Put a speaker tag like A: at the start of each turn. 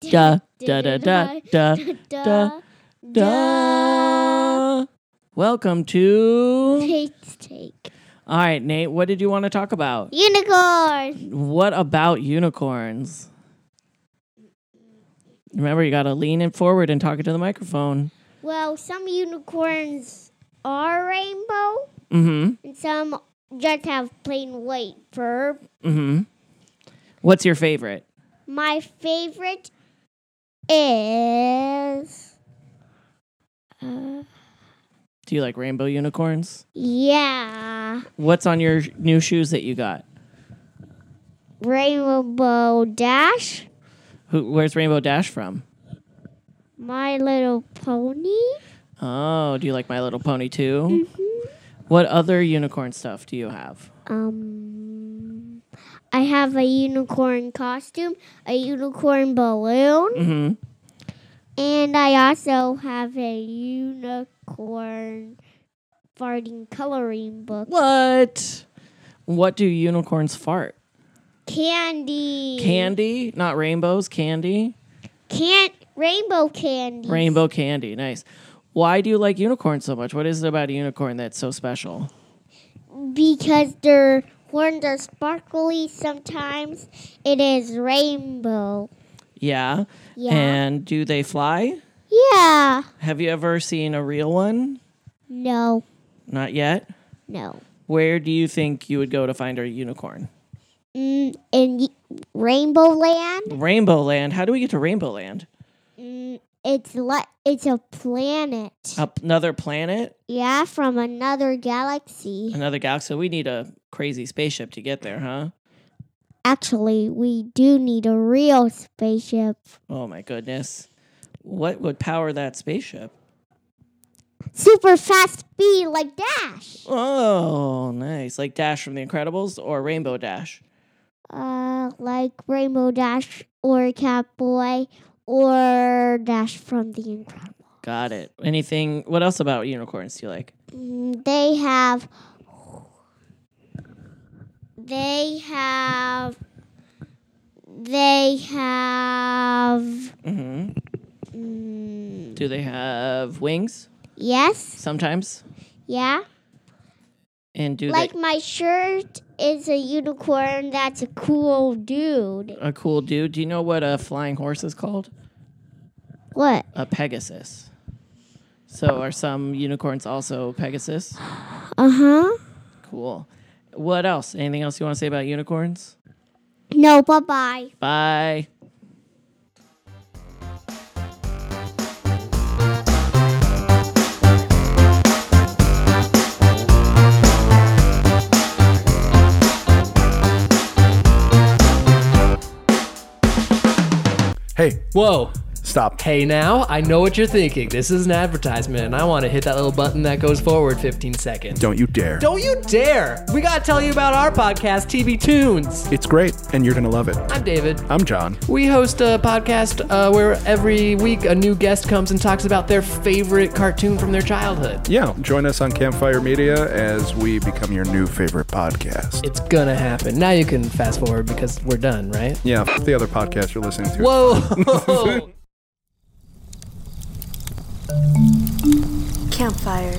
A: da da da da da da da. Welcome to.
B: Tate's take.
A: All right, Nate. What did you want to talk about?
B: Unicorn.
A: What about unicorns? Remember, you got to lean in forward and talk into the microphone.
B: Well, some unicorns are rainbow,
A: Mm-hmm.
B: and some just have plain white fur.
A: Mm-hmm. What's your favorite?
B: My favorite is. Uh,
A: Do you like rainbow unicorns?
B: yeah.
A: What's on your sh- new shoes that you got?
B: Rainbow Dash.
A: Who, where's Rainbow Dash from?
B: My Little Pony.
A: Oh, do you like My Little Pony too? What other unicorn stuff do you have?
B: Um, I have a unicorn costume, a unicorn balloon,
A: Mm-hmm.
B: and I also have a unicorn farting coloring book.
A: What? What do unicorns fart?
B: Candy.
A: Candy, not rainbows, candy.
B: Can't rainbow candy.
A: Rainbow candy, nice. Why do you like unicorns so much? What is it about a unicorn that's so special?
B: because their horns are sparkly sometimes. It is rainbow.
A: Yeah.
B: Yeah.
A: And do they fly?
B: Yeah.
A: Have you ever seen a real one?
B: No.
A: Not yet.
B: No.
A: Where do you think you would go to find a unicorn?
B: Mm, in y- Rainbow Land.
A: Rainbow Land. How do we get to Rainbow Land?
B: Mm, it's like it's a planet.
A: Up another planet,
B: yeah, from another galaxy.
A: another galaxy. We need a crazy spaceship to get there, huh?
B: Actually, we do need a real spaceship.
A: Oh my goodness. What would power that spaceship?
B: Super fast speed like Dash.
A: Oh, nice. Like Dash from the Incredibles or Rainbow Dash.
B: Uh, like Rainbow Dash or Catboy or Dash from the Incredible.
A: Got it. Anything what else about unicorns do you like?
B: Mm, They have. They have. They have.
A: hmm
B: Mm,
A: Do they have wings
B: yes.
A: sometimes?
B: Yeah.
A: And do
B: Like my shirt is a unicorn that's a cool dude.
A: they a cool dude? Do you know what a flying horse is called?
B: What?
A: A Pegasus. So are some unicorns also Pegasus?
B: Uh huh.
A: Cool. What else? Anything else you want to say about unicorns?
B: No, bye bye.
A: Bye.
C: Hey,
D: Whoa.
C: stop.
D: Hey now, I know what you're thinking. This is an advertisement, and I want to hit that little button that goes forward 15 seconds.
C: Don't you dare.
D: Don't you dare! We gotta tell you about our podcast, TV Tunes.
C: It's great, and you're going to love it.
D: I'm David.
C: I'm John.
D: We host a podcast uh, where every week a new guest comes and talks about their favorite cartoon from their childhood.
C: Yeah, join us on Campfire Media as we become your new favorite podcast.
D: It's gonna happen. Now you can fast forward because we're done, right?
C: Yeah, f- the other podcast you're listening to.
D: Whoa!
E: Campfire.